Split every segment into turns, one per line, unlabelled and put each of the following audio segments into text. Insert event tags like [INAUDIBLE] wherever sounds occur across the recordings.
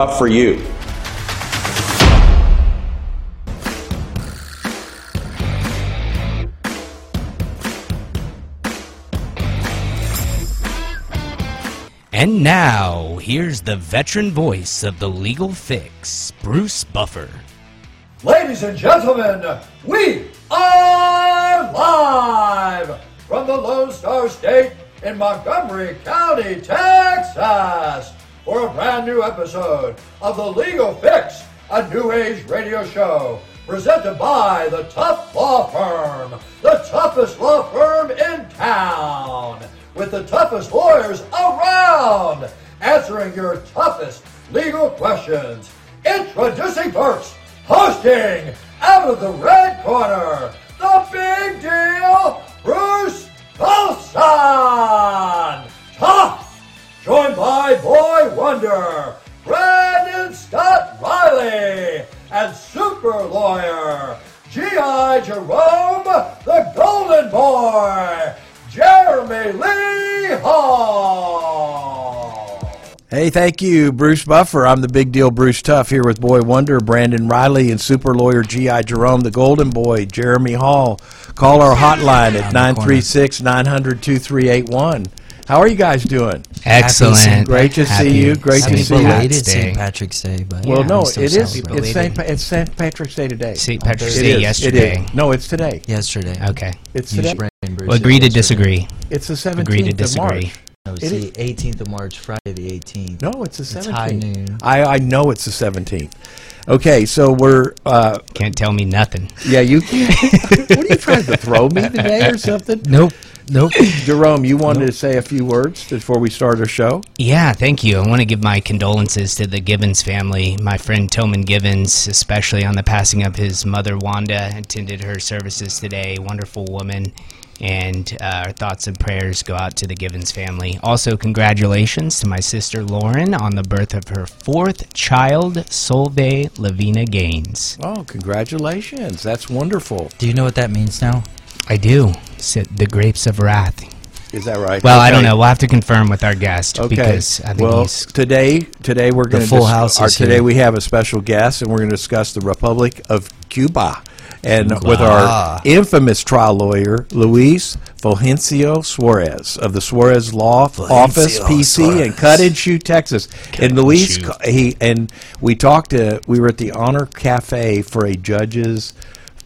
up for you.
And now, here's the veteran voice of the legal fix, Bruce Buffer.
Ladies and gentlemen, we are live from the Lone Star State in Montgomery County, Texas, for a brand new episode of The Legal Fix, a new age radio show presented by the Tough Law Firm, the toughest law firm in town, with the toughest lawyers around, answering your toughest legal questions. Introducing first, hosting out of the red corner, the big deal, Bruce Colson. Tough, joined by Boy Wonder, Brandon Scott Riley, and super lawyer, G.I. Jerome, the Golden Boy, Jeremy Lee Hall.
Hey, thank you, Bruce Buffer. I'm the big deal Bruce Tuff here with Boy Wonder, Brandon Riley, and super lawyer G.I. Jerome, the Golden Boy, Jeremy Hall. Call our hotline at 936 900 2381. How are you guys doing?
Excellent.
Great to see you. Great
Happy
to see you.
belated
Day.
St. Patrick's Day, but
Well, no, it
I'm so
is.
sorry.
Happy
It's St.
belated.
Pa- it's St. Patrick's Day today.
St. Patrick's
It
Day
is.
yesterday.
It is. No, it's today.
yesterday.
Okay.
It's
Use
today.
brain, Bruce.
Well, agree to
Yesterday.
disagree.
It's the 17th
Agree to
of
disagree.
March.
No,
It
it's the 18th of March, Friday the 18th.
No, it's the 17th.
It's high noon.
I, I know it's the 17th. Okay, so we're uh,
Can't tell me nothing.
Yeah, you can't. [LAUGHS] what are you trying to throw me today or something?
Nope. Nope.
Jerome, you wanted to say a few words before we start our show?
Yeah, thank you. I want to give my condolences to the Givens family. My friend Toman Givens, especially on the passing of his mother Wanda, attended her services today. Wonderful woman. And uh, our thoughts and prayers go out to the Givens family. Also, congratulations to my sister Lauren on the birth of her fourth child, Solveig Lavina Gaines.
Oh, congratulations. That's wonderful.
Do you know what that means now?
I do. Sit the grapes of wrath.
Is that right?
Well, I
Okay.
don't know. We'll have to confirm with our guest
Okay.
because I think
well,
he's
today today we're going to
full house is
today
here.
we have a special guest and we're going to discuss the Republic of Cuba and with our infamous trial lawyer Luis Fulgencio Suarez of the Suarez Law Office PC in Cut and Shoe, Texas. and Luis
Shoe.
ca- he and we talked to we were at the Honor Cafe for a judge's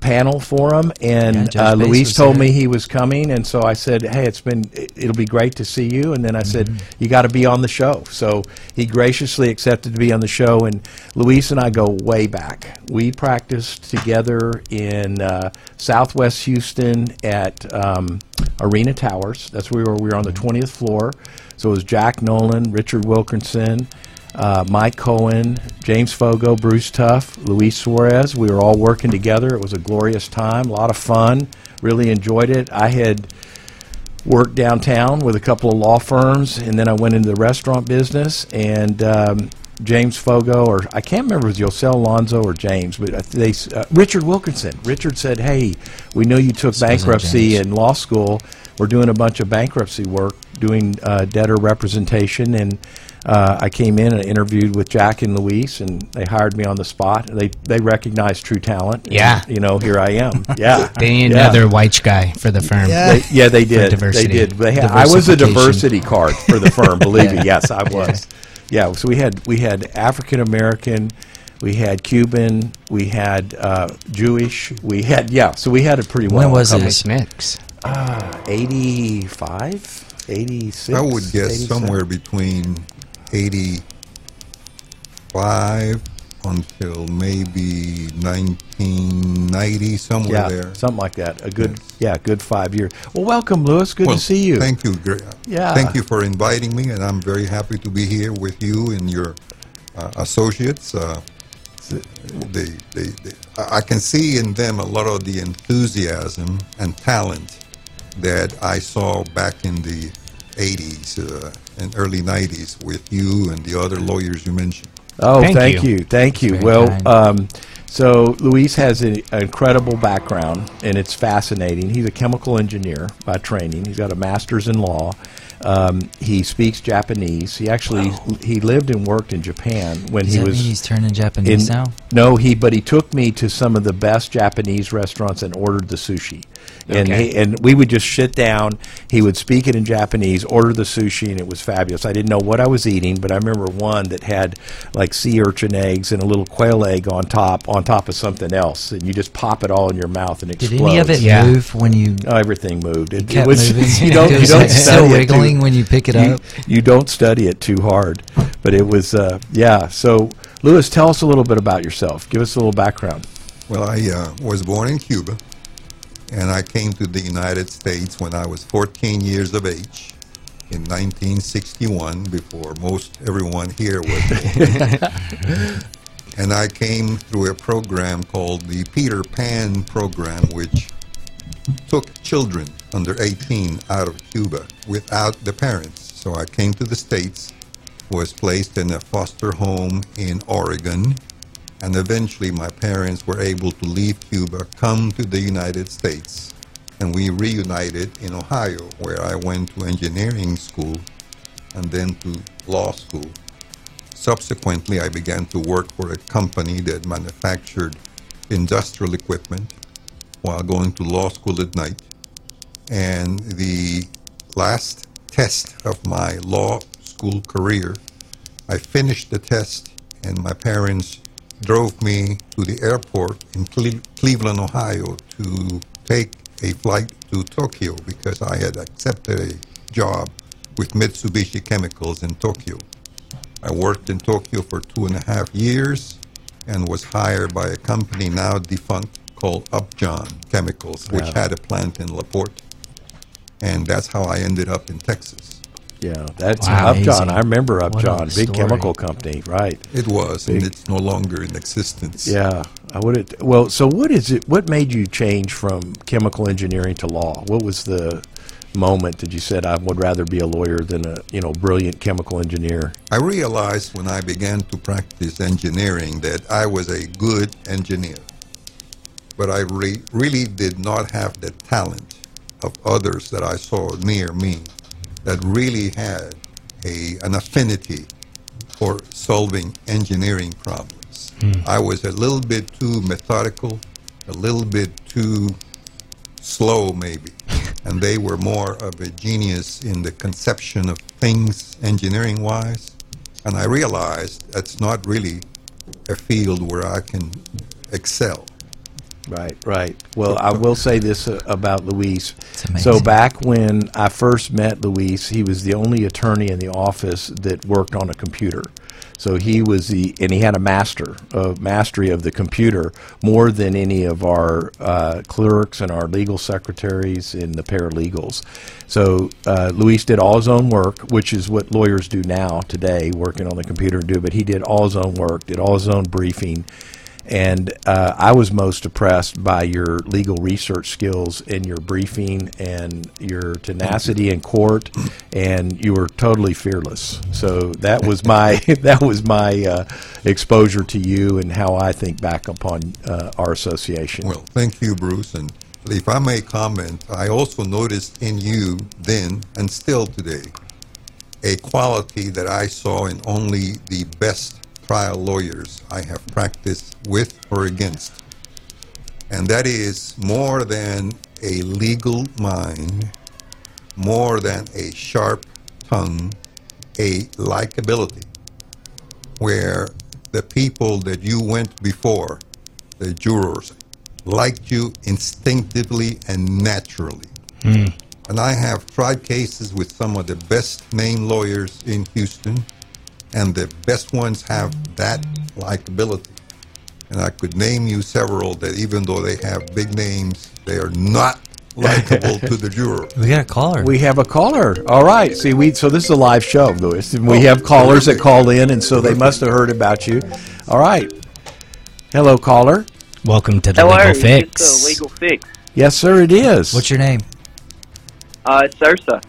panel for him
Yeah,
and
Judge
uh,
Bates
Luis
was
told
there.
me he was coming, and so I said, "Hey, it's been it- it'll be great to see you." And then I said, "You got to be on the show." So he graciously accepted to be on the show, and Luis and I go way back. We practiced together in uh, Southwest Houston at um, Arena Towers. That's where we were. We were on the twentieth floor. So it was Jack Nolan, Richard Wilkinson. Uh, Mike Cohen, James Fogo, Bruce Tuff, Luis Suarez. We were all working together. It was a glorious time, a lot of fun. Really enjoyed it. I had worked downtown with a couple of law firms, and then I went into the restaurant business. And um, James Fogo, or I can't remember if it was Yosel Alonzo or James, but I th- they s- uh, Richard Wilkinson. Richard said, "Hey, we know you took bankruptcy
James.
in law school. We're doing a bunch of bankruptcy work, doing uh, debtor representation." And uh, I came in and interviewed with Jack and Luis, and they hired me on the spot. They they recognized true talent. and,
Yeah.
you know, here I am. Yeah,
[LAUGHS] they need
Yeah.
another white guy for the firm.
Yeah.
They, yeah, they did.
diversity.
They did. They had, I was a diversity card for the firm.
[LAUGHS]
Believe me, yes, I was. Yeah. So we had we had African American, we had Cuban, we had uh, Jewish, we had yeah. So we had a pretty
When
well
was
covered-
this?
Nice mix.
Uh, Eighty-five. 86
I would guess
87.
somewhere between 85 until maybe 1990, somewhere
yeah
there.
something like that a good yeah good five years well welcome lewis good
Well,
to see you
Thank you. Gra-
Yeah.
Thank you for inviting me, and I'm very happy to be here with you and your uh, associates. Uh, they, they, they, I I can see in them a lot of the enthusiasm and talent that I saw back in the 80s uh, and early 90s with you and the other lawyers you mentioned.
Oh,
Thank
thank,
you.
you. Thank you.
very
Well,
kind.
um, so Luis has an incredible background, and it's fascinating. He's a chemical engineer by training. He's got a master's in law, Um, he speaks Japanese. He actually he lived and worked in Japan when
Does
he
that
was
mean he's turning Japanese
in-
now?
No, he but he took me to some of the best Japanese restaurants and ordered the sushi. And
Okay.
he, and we would just sit down. He would speak it in Japanese, order the sushi, and it was fabulous. I didn't know what I was eating, but I remember one that had like sea urchin eggs and a little quail egg on top, on top of something else, and you just pop it all in your mouth and it
Did
explodes.
any of it
Yeah.
move when you
Oh, everything moved. It,
kept
it was [LAUGHS]
moving?
you don't
[LAUGHS] It
you
was
don't
like
study
still
it too-
wiggling when you pick it
you,
up?
you don't study it too hard, but it was uh, yeah. So Lewis, tell us a little bit about yourself. Give us a little background.
Well, I uh, was born in Cuba, and I came to the United States when I was 14 years of age in 1961, before most everyone here was born. and I came through a program called the Peter Pan Program, which took children under 18 out of Cuba without the parents. So I came to the States, was placed in a foster home in Oregon, and eventually my parents were able to leave Cuba, come to the United States, and we reunited in Ohio, where I went to engineering school and then to law school. Subsequently, I began to work for a company that manufactured industrial equipment while going to law school at night. And the last test of my law school career, I finished the test, and my parents drove me to the airport in Cle- Cleveland, Ohio, to take a flight to Tokyo because I had accepted a job with Mitsubishi Chemicals in Tokyo. I worked in Tokyo for two and a half years and was hired by a company now defunct called Upjohn Chemicals, which had a plant in LaPorte. And that's how I ended up in Texas.
Yeah, that's
Wow.
Upjohn.
Amazing.
I remember
What a
Upjohn, big
story.
chemical company, right?
It was, and it's no longer in existence.
Yeah, I would. have Well, so what is it? What made you change from chemical engineering to law? What was the moment that you said I would rather be a lawyer than a you know brilliant chemical engineer?
I realized when I began to practice engineering that I was a good engineer, but I re- really did not have the talent of others that I saw near me that really had a, an affinity for solving engineering problems. I was a little bit too methodical, a little bit too slow maybe and they were more of a genius in the conception of things engineering wise and i realized that's not really a field where i can excel
Right, right. Well, I will say this uh, about Luis.
amazing.
So back when I first met Luis, he was the only attorney in the office that worked on a computer. So he was the, and he had a master, a mastery of the computer more than any of our uh, clerks and our legal secretaries and the paralegals. So uh, Luis did all his own work, which is what lawyers do now today, working on the computer and do. But he did all his own work, did all his own briefing, and uh, I was most impressed by your legal research skills and your briefing and your tenacity in court, and you were totally fearless. So that was my [LAUGHS] that was my uh, exposure to you and how I think back upon uh, our association.
well thank you bruce and if i may comment i also noticed in you then and still today a quality that i saw in only the best trial lawyers i have practiced with or against and that is more than a legal mind, more than a sharp tongue, a likability, where the people that you went before, the jurors, liked you instinctively and naturally. And I have tried cases with some of the best name lawyers in Houston, and the best ones have that likability and I could name you several that even though they have big names, they are not likable to the juror.
We got a caller.
We have a caller. All right. See, we so this is a live show, Lewis. And we have callers that call in, and so they must have heard about you. All right. Hello, caller.
Welcome to the
Hello,
Legal
it's
Fix.
uh,
The legal fix.
Yes, sir. It is.
What's your name?
Uh, it's Ursa.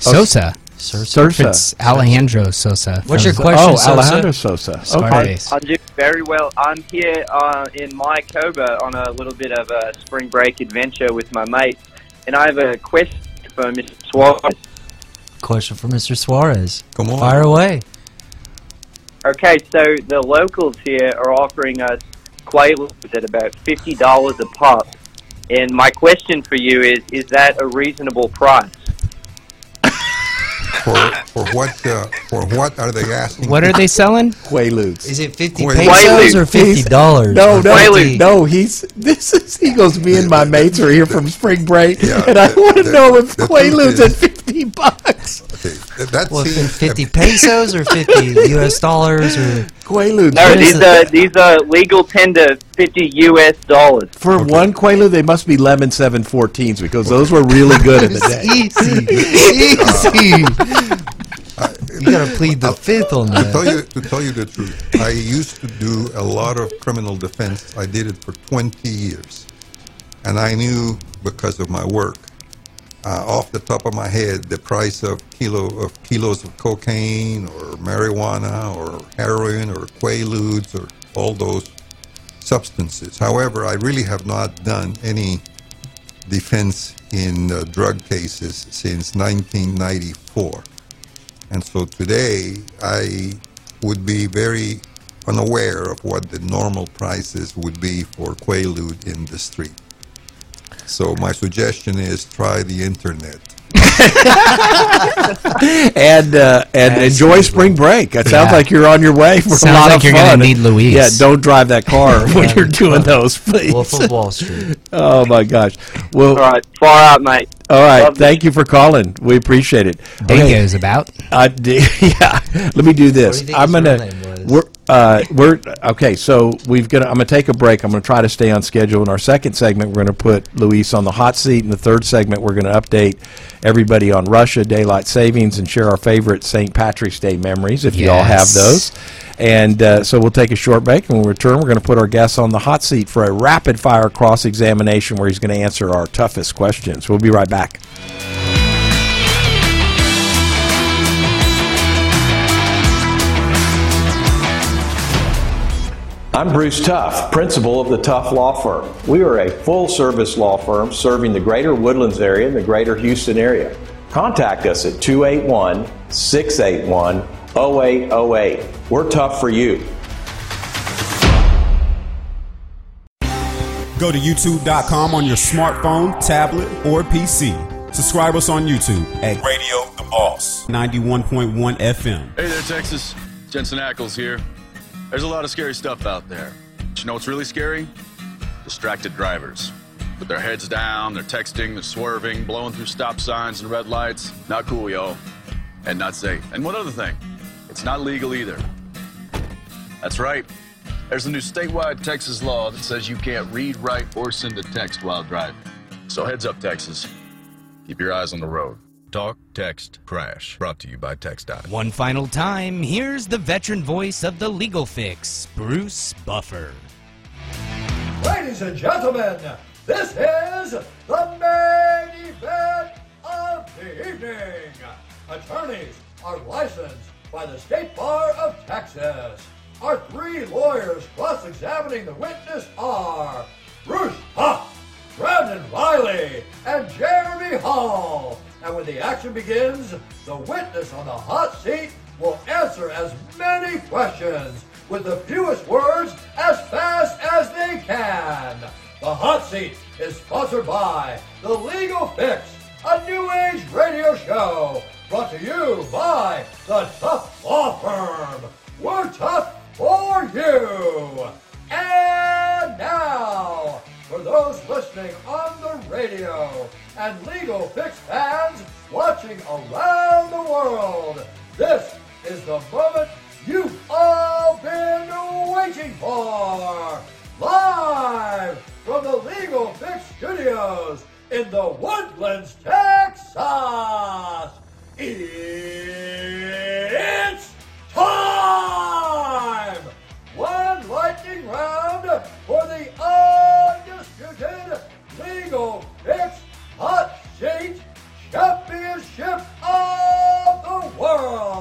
Sosa.
Sosa.
It's Alejandro Sosa.
What's
from
your question,
oh,
Sosa?
Alejandro Sosa. Okay.
Spartacus.
I do very well. I'm here uh, in Mayakoba on a little bit of a spring break adventure with my mates, and I have a question for Mr. Suarez.
Question for Mr. Suarez.
Come on.
Fire away.
Okay, so the locals here are offering us quaaludes at about fifty dollars a pop, and my question for you is: Is that a reasonable price?
For, for what uh, for what are they asking?
What are they selling?
Quaaludes.
Is it fifty
Wait.
pesos
Wait.
or fifty dollars?
No, no,
Whaley.
no. He's this is he goes. Me and my mates are here from spring break,
Yeah,
and I
the-
want to
the-
know if
the
Quaaludes
truth
at
is-
fifty bucks.
That, that
Well,
seems-
fifty pesos
[LAUGHS]
or fifty U.S. dollars or
Quaaludes
No,
What is
these are
it?
these are legal tender fifty U.S. dollars.
for one Quaalude, they must be lemon seven fourteens because those were really good in the day.
easy, [LAUGHS] easy. you gotta plead the fifth on
To tell
that.
you to tell you the truth, I used to do a lot of criminal defense. I did it for 20 years, and I knew because of my work, uh, off the top of my head, the price of kilo of kilos of cocaine or marijuana or heroin or quaaludes or all those substances. However, I really have not done any defense in uh, drug cases since 1994. And so today, I would be very unaware of what the normal prices would be for Quaalude in the street. So my suggestion is try the internet.
And uh, and enjoy spring break. It sounds
Yeah.
like you're on your way for a
Sounds
lot
like
of
you're gonna
fun.
need Luis.
Yeah, don't drive
[LAUGHS]
that car when
Yeah,
you're
that's
doing
fun.
those, please.
Wolf of Wall Street.
Oh my gosh. Well,
All right, far out, mate.
all right.
Love
Thank you for calling. We appreciate it. Okay.
Bingo's about.
I did. [LAUGHS] Yeah. Let me do
What do
this.
you think
I'm
his real
gonna.
name was?
We're uh, we're okay. So we've gonna. I'm gonna take a break. I'm gonna try to stay on schedule. In our second segment, we're gonna put Luis on the hot seat. In the third segment, we're gonna update everybody on Russia, daylight savings, and share our favorite St. Patrick's Day memories if you all have
Yes.
those. And uh, so we'll take a short break. And when we return, we're gonna put our guest on the hot seat for a rapid fire cross examination where he's gonna answer our toughest questions. We'll be right back.
I'm Bruce Tuff, principal of the Tuff Law Firm. We are a full service law firm serving the greater Woodlands area and the greater Houston area. Contact us at 281 681 0808. We're tough for you.
Go to youtube.com on your smartphone, tablet, or PC. Subscribe us on YouTube at Radio The Boss 91.1 FM.
Hey there, Texas. Jensen Ackles here. There's a lot of scary stuff out there. But you know what's really scary? Distracted drivers. With their heads down, they're texting, they're swerving, blowing through stop signs and red lights. Not cool, yo. And not safe. And one other thing it's not legal either. That's right. There's a new statewide Texas law that says you can't read, write, or send a text while driving. So heads up, Texas. Keep your eyes on the road. Talk, text, crash. Brought to you by TextDot.
One final time, here's the veteran voice of the legal fix, Bruce Buffer.
Ladies and gentlemen, this is the main event of the evening. Attorneys are licensed by the State Bar of Texas. Our three lawyers cross examining the witness are Bruce Huff, Brandon Riley, and Jeremy Hall. And when the action begins, the witness on the hot seat will answer as many questions with the fewest words as fast as they can. The hot seat is sponsored by The Legal Fix, a new age radio show brought to you by the Tough Law Firm. We're tough for you. And now, for those listening on the radio and Legal Fix fans watching around the world, this is the moment you've all been waiting for. Live from the Legal Fix Studios in the Woodlands, Texas. It's time! One lightning round for the undisputed legal fix hot seat championship of the world.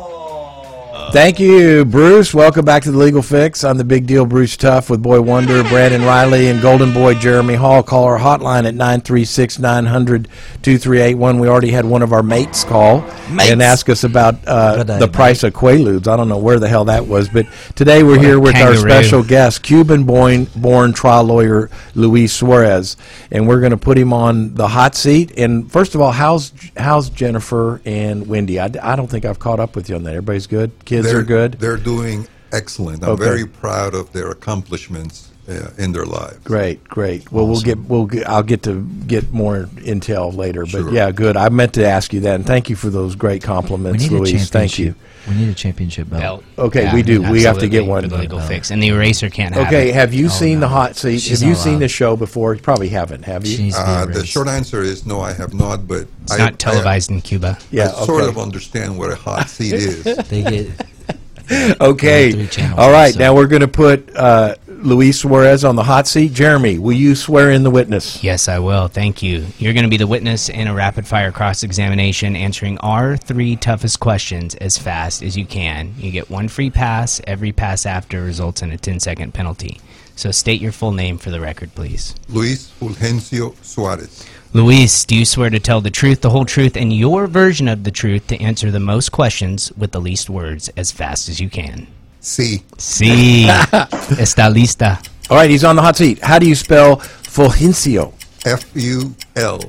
Thank you, Bruce. Welcome back to the Legal Fix. I'm the Big Deal Bruce Tuff with Boy Wonder, Brandon Riley, and Golden Boy Jeremy Hall. Call our hotline at 936 900 2381. We already had one of our mates call and ask us about uh,
Good day,
the
mate.
price of Quaaludes. I don't know where the hell that was, but today
What
we're
a
here with our
kangaroo.
special guest, Cuban born, born trial lawyer Luis Suarez, and we're going to put him on the hot seat. And first of all, how's how's Jennifer and Wendy? I, d- I don't think I've caught up with you on that. Everybody's good. Kids
they're
are good.
They're doing excellent. I'm
Okay.
very proud of their accomplishments uh, in their lives.
Great, great. Well, we'll get we'll get, I'll get to get more intel later. But
Sure.
yeah, good. I meant to ask you that, and thank you for those great compliments, Luis. Thank you.
We need a championship belt.
Belt.
Okay, we do. We have to get
absolutely,
one.
for the legal fix, and the eraser can't have
Okay,
it.
have you seen the hot seat?
Oh, She's
have you
not
seen
allowed.
the show before? You probably haven't, have you?
She needs to be
Uh, the
erased.
short answer is no, I have not. But
It's not televised in Cuba.
yeah,
I sort
okay.
of understand what a hot
[LAUGHS]
seat is.
They get
Okay.
three channels,
All right.
so-
Now we're going to put uh, Luis Suarez on the hot seat. Jeremy, will you swear in the witness?
Yes, I will. Thank you. You're going to be the witness in a rapid fire cross examination, answering our three toughest questions as fast as you can. You get one free pass. Every pass after results in a 10 second penalty. So state your full name for the record, please.
Luis Fulgencio Suarez.
Luis, do you swear to tell the truth, the whole truth, and your version of the truth to answer the most questions with the least words as fast as you can?
C.
[LAUGHS]
Sí. Está lista.
All right. He's on the hot seat. How do you spell Fulgencio?
F U L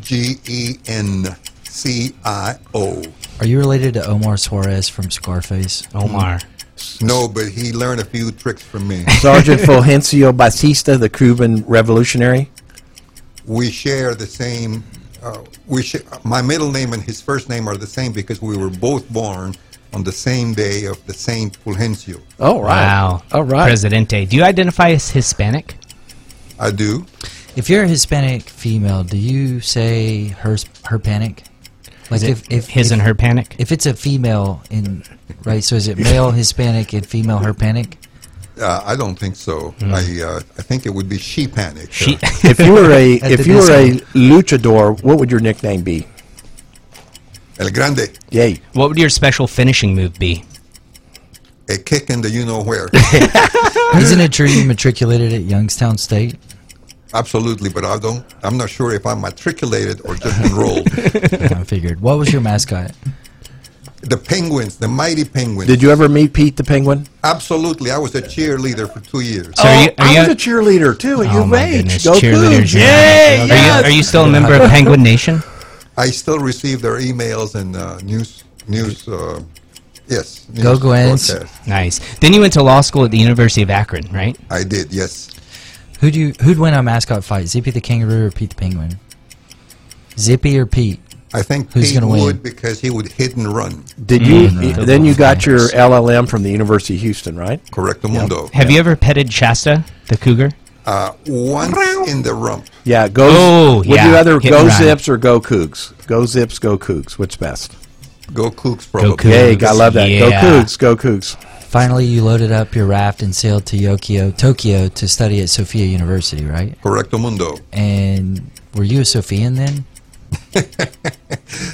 G E N C I O.
Are you related to Omar Suarez from Scarface?
Omar.
No, but he learned a few tricks
[LAUGHS]
from me.
Sergeant Fulgencio Batista, the Cuban revolutionary.
we share the same. Uh, we sh- my middle name and his first name are the same because we were both born on the same day of the Saint Fulgencio.
All right.
Wow.
All right.
Presidente. Do you identify as Hispanic?
I do.
If you're a Hispanic female, do you say her her panic? Like if, if
His
if,
and her panic?
If it's a female in right, so is it male Hispanic and female her panic?
Uh, I don't think so. I uh, I think it would be she panic.
She-
Uh,
If you were a
At
if
the
you were a
disco.
luchador, what would your nickname be?
El Grande,
Yay.
What would your special finishing move be?
a kick in the you know where.
Isn't it true you matriculated at Youngstown State?
Absolutely, but I don't. I'm not sure if I'm matriculated or just enrolled.
I figured. What was your mascot?
the Penguins, the mighty Penguins.
Did you ever meet Pete the Penguin?
Absolutely, I was a cheerleader for two years.
Oh.
So are you, are
I
you,
was a cheerleader too at
Oh,
your
my
age.
goodness,
Go
cheerleaders,
Cougs.
you're
Yay!
are,
yes!
you, are you still a member
[LAUGHS]
of Penguin Nation?
I still receive their emails and uh, news news. Uh, yes, news
Go Gwens.
broadcast.
Nice. Then you went to law school at the University of Akron, right?
I did. Yes,
Who do you who'd win a mascot fight? Zippy the kangaroo or Pete the penguin? Zippy or Pete?
I think
Who's
Pete
gonna win?
would because he would hit and run.
Did you?
Mhm.
y- Then you got your LLM from the University of Houston, right?
Correcto mundo.
Have you ever petted Shasta, the cougar?
Uh, once in the rump,
Yeah. Go.
Oh,
would
yeah,
you rather
hit
go
and run.
Zips or go Cougs? Go Zips, go Cougs. What's best?
go Kooks probably.
Cougs.
Yay! I love that. Go
Yeah.
Cougs. Go Cougs.
Finally you loaded up your raft and sailed to Yokio, Tokyo to study at Sophia University, right?
Correcto mundo.
And were you a Sophian then?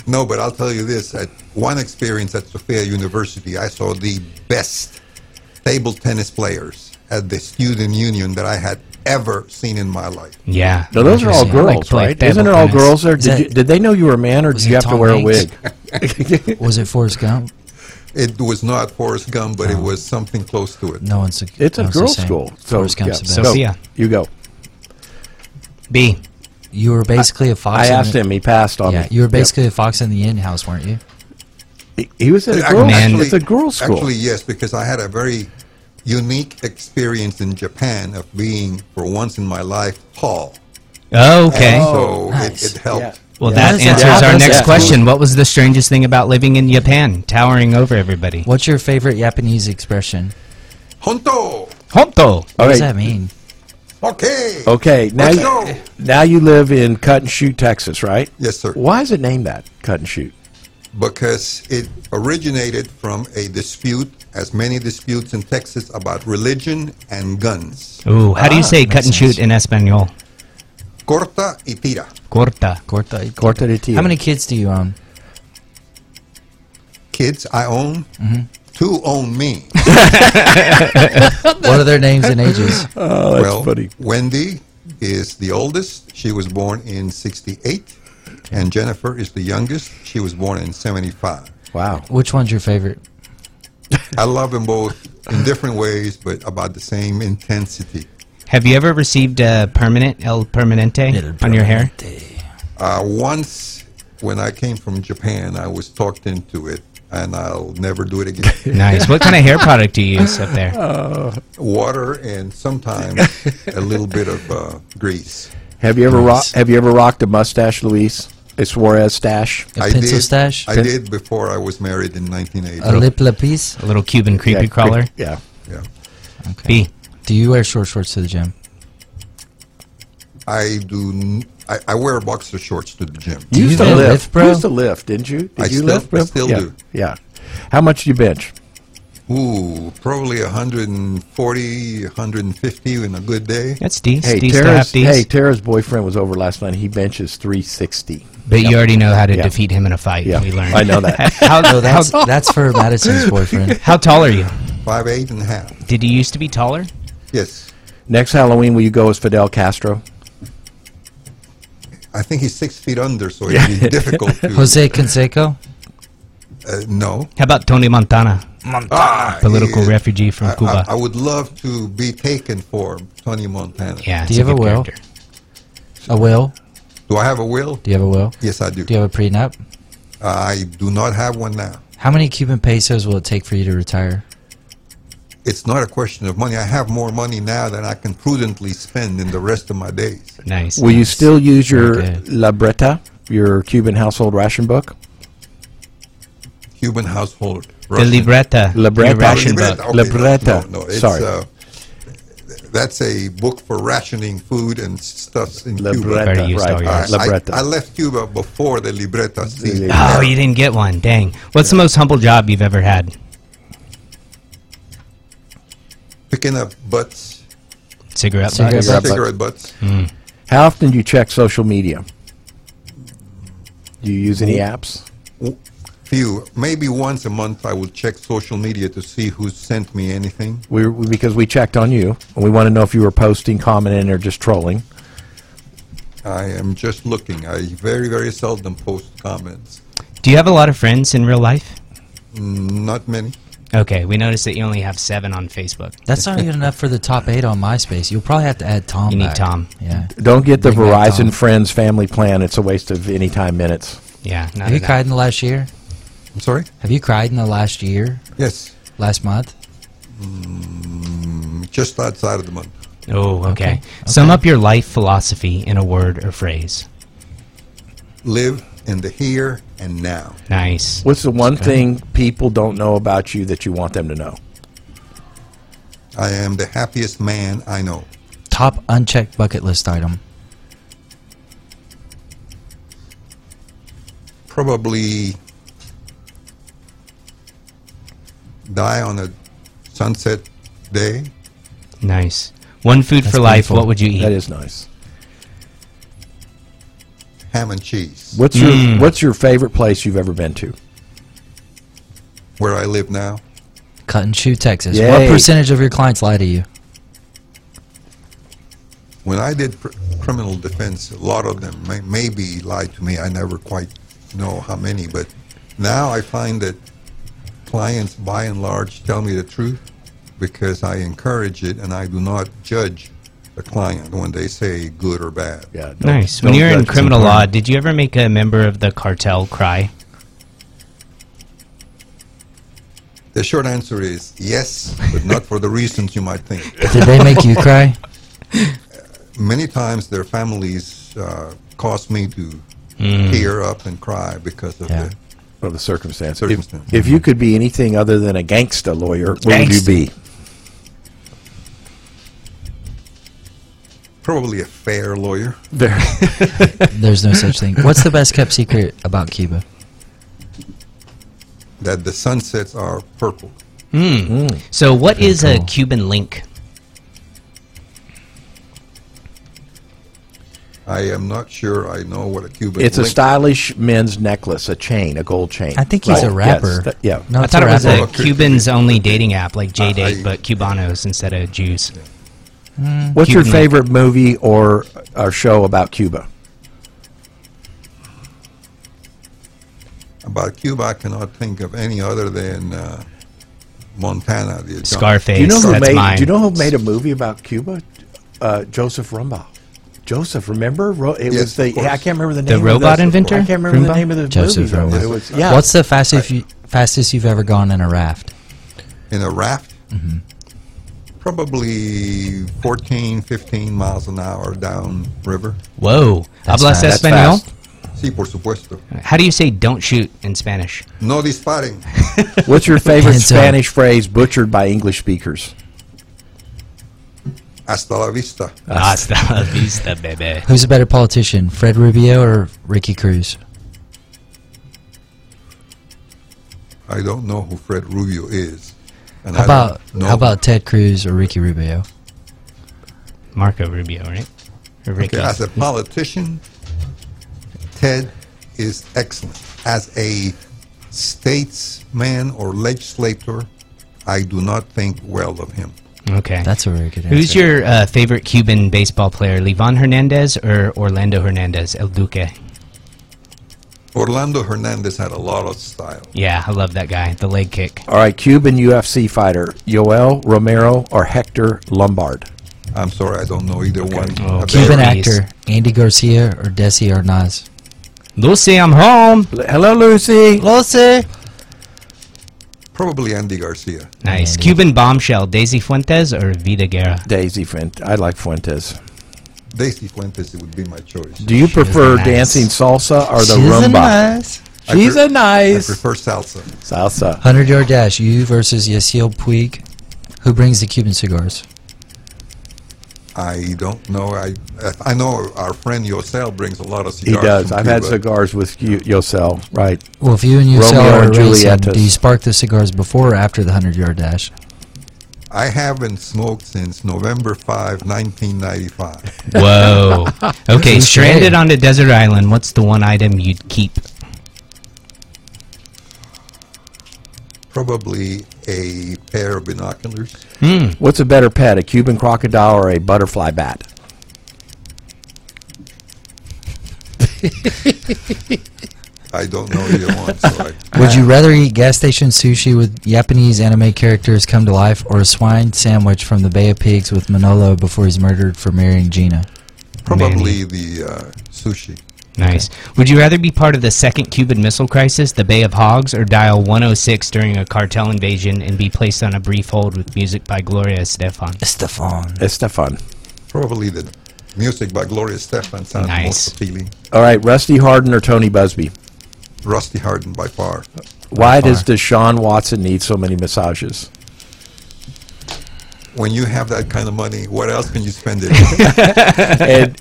No, but I'll tell you this: at one experience at Sofia University, I saw the best table tennis players at the student union that I had ever seen in my life.
Yeah.
No, those are all
Interesting. I
like
girls,
play
right?
table
Isn't it all
tennis.
girls there?
Is
Did,
that-
you, did they know you were a man, or
Was
did you
it
have to
Tom
wear
Hanks?
a wig?
Was it Forrest Gump?
It was not Forrest Gump, but it was something close to it.
No one's.
It's a
no one's
girls'
the same.
school. So,
Forrest
yeah.
Gump's the
so
best.
So- Sophia.
you go.
B.
you were basically a fox.
I
in
asked
the,
him. He passed on
Yeah,
me.
you were
Yep.
basically a fox in the in house, weren't you?
He- He was at a
Ac-
girls.
Man.
it's a girls' school.
Actually, yes, because I had a very unique experience in Japan of being, for once in my life, tall.
Oh, Okay.
so
nice.
it, it helped.
Oh. Yeah.
Well,
Yeah.
that
Yeah.
answers
Yeah.
our
Yeah.
next
Yeah.
question. What was the strangest thing about living in Japan, towering over everybody?
What's your favorite Japanese expression?
Honto!
Honto.
What
All
does
right.
that mean?
Okay!
Okay, now
Let's
you,
go.
now you live in Cut and Shoot, Texas, right?
Yes, sir.
Why is it named that? Cut and Shoot.
Because it originated from a dispute, as many disputes in Texas, about religion and guns.
Ooh, how do
Ah,
you say cut and
sense.
shoot in Espanol?
Corta y tira.
Corta.
Corta. y- um,
Corta de tiro.
How many kids do you own?
Mm-hmm.
Kids, I own two own me.
What are their names and ages?
[LAUGHS] Oh, that's
well,
funny.
Wendy is the oldest. She was born in 68. And Jennifer is the youngest. She was born in 75.
Wow.
Which one's your favorite?
I love them both in different ways, but about the same intensity.
Have you ever received a permanent El Permanente on your hair?
Uh, once, when I came from Japan, I was talked into it, and I'll never do
[LAUGHS]
it again.
Nice. What kind of
[LAUGHS]
hair product do you use up there?
Water and sometimes a little bit of uh, grease.
Have you ever rock, Have you ever rocked a mustache, Luis? A Suarez stash.
A
I
pencil
did,
stash?
I did before I was married in 1980.
A lip lapis?
a little Cuban creepy
Yeah,
crawler.
quick- Yeah.
Yeah.
B.
Do you wear short shorts to the gym?
I do. n- I, I wear boxer shorts to the gym.
you
used to
even
lift,
lift, bro?
You used to lift, didn't you? Did
I
you
still-
lift?
I
bro?
still
yeah.
do.
Yeah. How much do you bench?
Ooh, probably 140, 150 in a good day.
That's D.
Hey,
D still have
Tara's,
D's.
hey, Tara's boyfriend was over last night. He benches 360.
but you already know how to
Yeah.
defeat him in a fight.
Yeah,
We learned.
I know
[LAUGHS]
that.
how,
No, that's
how,
that's for Madison's boyfriend.
how tall are you?
Five, eight and a half.
Did you used to be taller?
Yes.
Next Halloween, will you go as Fidel Castro?
I think he's six feet under, so it'd be difficult to.
[LAUGHS] Jose Canseco?
Uh, no.
How about Tony Montana,
Ah,
political
he-
refugee from
I,
Cuba?
I, I would love to be taken for Tony Montana.
yeah.
Do
it's
you have a
good
will?
character.
A will?
Do I have a will?
Do you have a will?
Yes, I do.
Do you have a prenup?
I do not have one now.
How many Cuban pesos will it take for you to retire?
It's not a question of money. I have more money now than I can prudently spend in the rest of my days.
Nice.
Will you
nice.
still use your
Very good.
La Bretta, your Cuban household ration book?
Cuban household.
the
Russian-
libretta?
La Bretta.
your ration
La
book.
Bretta. Libretta.
No, no, it's,
Sorry.
Uh, that's a book for rationing food and stuff in
La
Cuba.
Bretta,
Better use all
right.
All right,
yours.
La
I-
Bretta.
I, left Cuba before the libretta. season.
Oh, you didn't get one. Dang. What's the most humble job you've ever had?
Picking up butts,
Cigarette.
Cigarette
butts?
butt.
cigarette butts.
How often do you check social media? Do you use any apps?
W- Few, maybe once a month, I will check social media to see who sent me anything.
We, we because we checked on you, and we want to know if you were posting, commenting, or just trolling.
I am just looking. I very, very seldom post comments.
Do you have a lot of friends in real life?
Not many.
Okay, we noticed that you only have seven on Facebook.
That's not even enough for the top eight on MySpace. You'll probably have to add Tom.
You need
back.
Tom.
Yeah.
Don't get the
Bring back Tom.
Verizon Friends Family Plan. It's a waste of any time minutes.
Yeah, not
Have you
enough.
cried in the last year?
I'm sorry?
Have you cried in the last year?
Yes.
Last month?
Just outside of the month.
Oh, okay.
Okay,
Sum up your life philosophy in a word or phrase.
Live in the here and now.
Nice.
What's the one thing people don't know about you that you want them to know?
I am the happiest man I know.
Top unchecked bucket list item.
Probably die on a sunset day.
Nice. One food
That's
for life.
beautiful.
What would you eat?
That is nice.
Ham and cheese.
What's your What's your favorite place you've ever been to?
Where I live now,
Cut and shoe Texas. What
Yay.
percentage of your clients lie to you?
when I did pr- criminal defense, a lot of them may- maybe lied to me. I never quite know how many, but now I find that clients, by and large, tell me the truth because I encourage it and I do not judge the client when they say good or bad.
Yeah, don't-
nice. When
don't
you were in
judge
criminal
them.
law, did you ever make a member of the cartel cry?
The short answer is yes, but not for the reasons you might think.
Did they make you cry?
Many times their families uh, caused me to tear up and cry because of
Yeah.
the
of the circumstance. If,
Circumstance.
if you could be anything other than a gangsta lawyer, what would you
Gangsta.
be?
probably a fair lawyer.
There.
There's no such thing. What's the best kept secret about Cuba?
that the sunsets are purple.
So, what is a
cool.
Cuban link?
I am not sure I know what a Cuban.
It's a
link-
stylish men's necklace, a chain, a gold chain.
I think he's
Right.
a rapper.
Yes, that- yeah.
No,
I
it's a
thought it was
rapper.
a Cubans only dating app like J
I-
Date, but Cubanos instead of Jews.
What's your
Cuban
favorite movie or or show about Cuba?
About Cuba, I cannot think of any other than uh, Montana. the John-
Scarface.
Do you know who
that's
made?
mine.
Do you know who made a movie about Cuba? Uh, Joseph Rumbaugh. Joseph, remember? Ro- it
Yes,
was the
of course.
I can't remember the name.
The
of
robot
this-
inventor?
I can't remember the
Rumbaugh?
name of the
Joseph
movie. though.
Rumbaugh.
It was yeah.
What's the fastest you, fastest you've ever gone in a raft?
in a raft,
Mm-hmm.
probably 14, 15 miles an hour down river.
Whoa.
That's
Hablas
fast.
Espanol?
That's
Sí, por supuesto.
How do you say don't shoot in Spanish?
No disparen.
What's your favorite
Hands up.
Spanish phrase butchered by English speakers?
Hasta la vista.
Ah.
Hasta [LAUGHS] la vista, baby.
Who's a better politician, Fred Rubio or Ricky Cruz?
I don't know who Fred Rubio is. And
How
I don't
about how about Ted Cruz or Ricky Rubio?
Marco Rubio, right? Or Ricky.
Okay, as a politician, Ted is excellent. As a statesman or legislator, I do not think well of him.
Okay.
That's a very good answer.
Who's your uh, favorite Cuban baseball player, Levan Hernandez or Orlando Hernandez, El Duque?
Orlando Hernandez had a lot of style.
Yeah, I love that guy. The leg kick.
All right, Cuban UFC fighter Yoel Romero or Hector Lombard?
I'm sorry, I don't know either one.
Oh,
I bet-
Cuban
Very nice.
actor Andy Garcia or Desi Arnaz?
Lucy, I'm home.
L- Hello, Lucy.
Lucy.
Probably Andy Garcia.
Nice. Cuban bombshell, Daisy Fuentes or Vida Guerra?
Daisy Fuentes. I like Fuentes.
Daisy Fuentes would be my choice.
Do you prefer
nice.
dancing salsa or the rumba?
I
She's
pre-
a nice-
I prefer salsa.
Salsa.
Hundred yard dash. You versus Yasiel Puig. Who brings the Cuban cigars?
I don't know. I I know our friend Yosel brings a lot of
He
cigars.
does.
from
I've had
Cuba.
cigars with you, Yosel. Right.
Well, if you and you
Romeo
sell are
and
racing,
Julietas.
do you spark the cigars before or after the hundred yard dash?
I haven't smoked since November 5,
[LAUGHS]
1995.
Whoa. Okay,
Touché.
stranded on a desert island, what's the one item you'd keep?
Probably a pair of binoculars.
What's a better pet, a Cuban crocodile or a butterfly bat?
I don't know either one. So
[LAUGHS]
I,
Would
Uh,
you rather eat gas station sushi with Japanese anime characters come to life or a swine sandwich from the Bay of Pigs with Manolo before he's murdered for marrying Gina?
probably the uh, sushi.
Nice. Would you rather be part of the second Cuban Missile Crisis, the Bay of Hogs, or dial 106 during a cartel invasion and be placed on a brief hold with music by Gloria Estefan?
Estefan.
Estefan.
Probably the music by Gloria Stefan sounds
Nice.
most appealing.
All right, Rusty Harden or Tony Busby?
Rusty Harden by far.
Why does Deshaun Watson need so many massages?
When you have that kind of money, what else can you spend it on?
And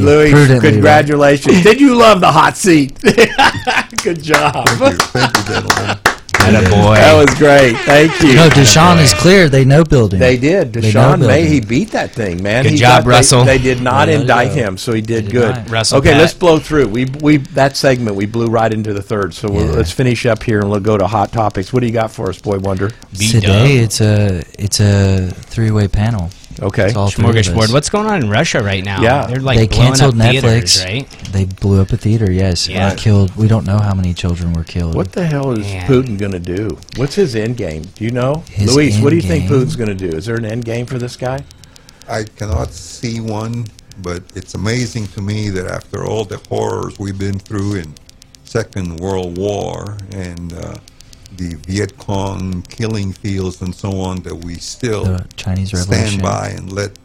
[LAUGHS] Louis,
prudently, right.
congratulations. Did you love the hot seat? [LAUGHS] Good job.
Thank you. Thank you, gentlemen.
Atta
That
boy.
was great. Thank you.
No, Deshaun is clear. They know building.
They did.
They
Deshaun
know
May,
building.
he beat that thing, man.
Good
He
job,
got- they-
Russell.
They, did not
Yeah,
indict
yeah.
him, so he did
did
good.
not.
Russell
okay,
Pat.
let's blow through. We we that segment we blew right into the third, so we'll,
Yeah.
let's finish up here and we'll go to hot topics. What do you got for us, Boy Wonder?
Today it's a it's a three way panel.
Okay,
It's all three of us.
Smorgasbord. What's going on in Russia right now?
Yeah.
They're like
they
blowing
canceled
up
Netflix.
theaters, right?
They blew up a theater. Yes,
Yeah.
and killed. We don't know how many children were killed.
what the hell is
Man.
Putin going to do? What's his end game? Do you know,
His
Luis? What do you think
end game?
Putin's going to do? Is there an end game for this guy?
I cannot see one, but it's amazing to me that after all the horrors we've been through in Second World War and uh, the Viet Cong killing fields and so on, that we still
The Chinese Revolution.
stand by and let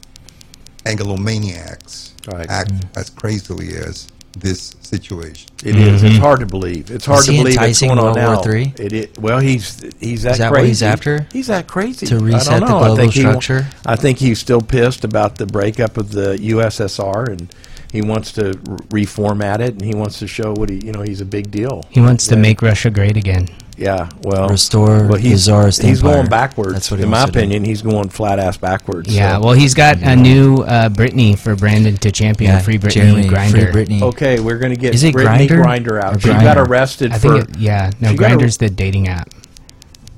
Anglomaniacs
Right.
act
Mm.
as crazily as this situation.
It is. It's hard to believe. It's hard
Mm-hmm. Is
to
he
believe it's
enticing
going on
World War
now.
Three?
It is. Well, he's he's that,
Is that
crazy.
what he's after?
He's that crazy
To
I don't
reset the
know. I
global
think he wa-
structure?
I think he's still pissed about the breakup of the USSR, and he wants to re- reformat it, and he wants to show what he you know he's a big deal.
He wants to make Russia great again.
Yeah, well,
Restore,
Well, he's
bizarre,
he's going
Stampire.
backwards.
That's what he
in my
wants to do.
opinion, he's going flat ass backwards.
Yeah,
so.
well, he's got a new uh, Britney for Brandon to champion.
Yeah,
free Britney
Jeremy,
grinder.
Free Britney.
okay, we're gonna get
Is it
Brittany
Grindr
Grinder
or
out. She
Grindr?
got arrested
I think
for
it, yeah. No,
she got a-
Grinder's the dating app.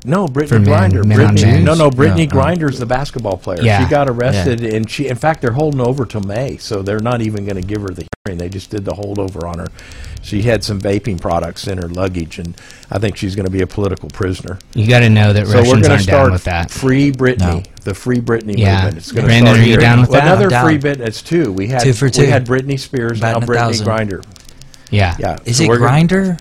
No,
For
Brittany
men,
Grinder.
men on
Brittany,
men.
no, no, Brittany
No, oh.
Grinder's the basketball player.
Yeah.
She got arrested, and she, in fact, they're holding over till May, so they're not even going to give her the hearing. They just did the holdover on her. She had some vaping products in her luggage, and I think she's going to be a political prisoner.
You got to know that
So we're
Russians
going to
aren't down
start
with that.
free Britney,
No.
the free Britney
Yeah.
movement. It's going to
Brandon,
start
are you
here.
down with
Well,
that?
Another
I'm down.
free Brit. It's two. We had
Two for two.
We had Britney Spears,
Batting
now
a
Brittany
thousand.
Grinder.
Yeah,
Yeah,
Is
so
it
we're gonna-
grinder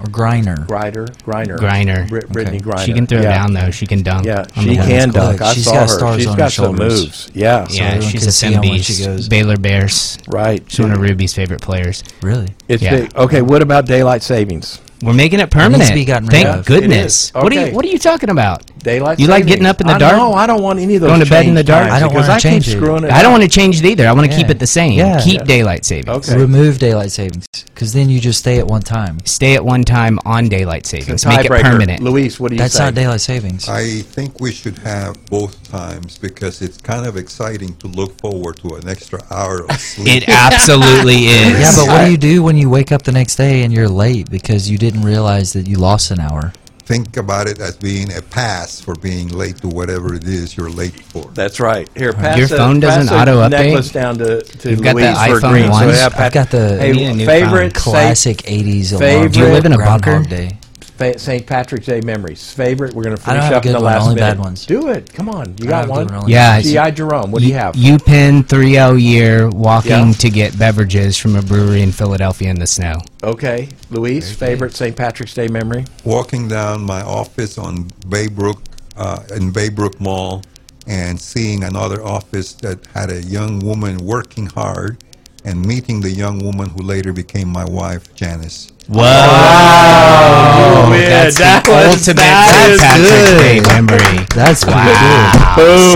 or griner?
Grinder, Grinder,
Griner.
Brit- Brittany
Okay.
Grinder.
She can throw
Yeah.
down though. She can dunk.
Yeah,
on
she
the
one
can
that's close.
dunk. I
She's
saw
got
her.
stars
She's
on
got
her
some
shoulders.
moves. Yeah,
one. Yeah,
everyone
she's
can
a
see
Sim
how when she
beast.
goes.
Baylor Bears.
right.
She's one of Ruby's favorite players.
Really?
It's
Yeah.
big. okay. What about daylight savings?
We're making it
needs to
permanent.
be gotten rid
Thank
of.
goodness.
It is.
What are
Okay.
you What are you talking about?
Daylight.
You like getting
savings.
up in the
I-
dark?
No, I don't want any of those.
Going to bed in the
changed
dark?
times
I don't
because
wanna
I keep
change it.
screwing it.
I don't
up.
want to change it either. I want to keep
Yeah.
it the same.
Yeah.
Keep
Yeah.
daylight savings.
Okay.
Remove daylight savings because then you just stay at one time.
Stay at one time on daylight savings. Make it
Tiebreaker.
permanent.
Luis, what do you
That's
say?
not daylight savings.
I think we should have both times because it's kind of exciting to look forward to an extra hour
[LAUGHS]
of sleep.
It absolutely
[LAUGHS]
is.
yeah, but what do you do when you wake up the next day and you're late because you didn't realize that you lost an hour?
think about it as being a pass for being late to whatever it is you're late for.
That's right. Here, pass
Your
the-
phone doesn't
pass the
auto-update?
Necklace down to to
You've
Luis
got the
for
iPhone
green. So
ones?
yeah,
I've
Pat-
got the-
hey,
I need a new
favorite
phone.
Classic 80s alarm.
favorite- Do you live
in a bunker?
Groundhog Day.
Fa- St. Patrick's Day memories. Favorite. We're going to
I don't
finish
have a
up in
good
the
one,
last
only
minute.
bad ones.
Do it. Come on. You
I
got
have a good
one.
one, only
Yeah, bad ones.
G.I. Jerome. What do you have?
U Penn 30 year walking
Yeah.
to get beverages from a brewery in Philadelphia in the snow.
Okay, Luis. Favorite St. Patrick's Day memory.
Walking down my office on Baybrook, uh, in Baybrook Mall, and seeing another office that had a young woman working hard, and meeting the young woman who later became my wife, Janice.
Whoa!
yeah,
Oh, that's
Oh, that
the
was-
ultimate
that
St.
is
Patrick's Day memory.
That's pretty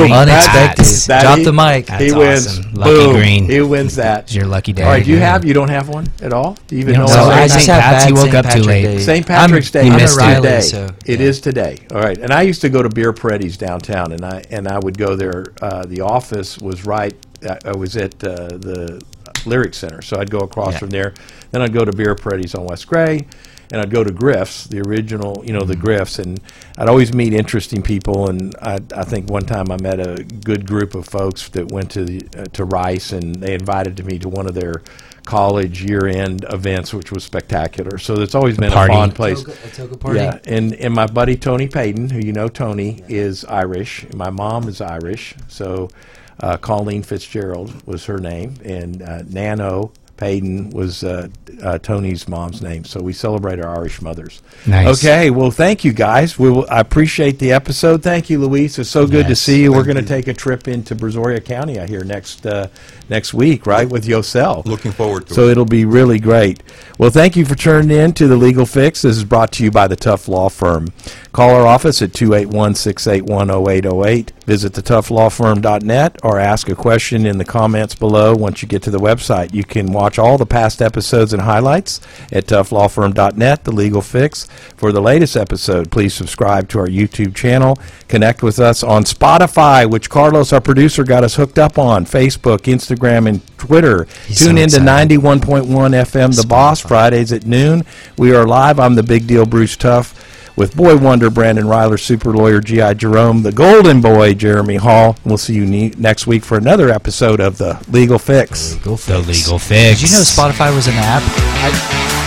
Boom.
good. Unexpected.
That's-
that
Drop
he-
the mic.
that-
he
That's
wins.
awesome. Lucky
Boom.
green.
He wins that.
It's your lucky day.
All right, do you have? You don't have one at all? Do you even
You
know?
don't
So
Well,
I
what
St.
just have
Pat's,
bad
you woke
St.
up too
Patrick's
late.
Day.
St. Patrick's
I'm-
Day
I'm
is
a Riley,
today.
so,
It is today. All right, and I used to go to Beer Paredes downtown, and I and I would go there. Uh, the office was right. I, I was at uh, the Lyric Center, so I'd go across
Yeah.
from there. Then I'd go to Beer Paredes on West Gray, and I'd go to Griff's, the original, you know, the Griff's, and I'd always meet interesting people. And I, I think one time I met a good group of folks that went to the, uh, to Rice, and they invited me to one of their college year-end events, which was spectacular. So it's always been
party.
a fond place.
Toga- a toga party?
Yeah, and and my buddy Tony Payton, who you know Tony, is Irish. And my mom is Irish, so uh, Colleen Fitzgerald was her name, and uh, Nano Payton was uh, uh, Tony's mom's name. So we celebrate our Irish mothers.
Nice.
Okay, well, thank you guys. We will, I appreciate the episode. Thank you, Luis. It's so good to
Yes,
see you. We're
thank
going to
you.
take a trip into Brazoria County. I hear next uh, next week, right, with Yosel.
Looking forward to
So
it.
it'll be really great. Well, thank you for tuning in to The Legal Fix. This is brought to you by the Tough Law Firm. Call our office at 281 681 0808. Visit net or ask a question in the comments below once you get to the website. You can watch all the past episodes and highlights at toughlawfirm.net, The Legal Fix. For the latest episode, please subscribe to our YouTube channel. Connect with us on Spotify, which Carlos, our producer, got us hooked up on, Facebook, Instagram, and Twitter.
so
Tune in to
excited.
91.1 FM, The Boss, Fridays at noon. We are live. I'm the big deal, Bruce Tuff, with Boy Wonder, Brandon Ryler, Super Lawyer, G.I. Jerome, the Golden Boy, Jeremy Hall. We'll see you ne- next week for another episode of The Legal Fix.
Go
The
fix.
legal fix.
Did you know Spotify was an app?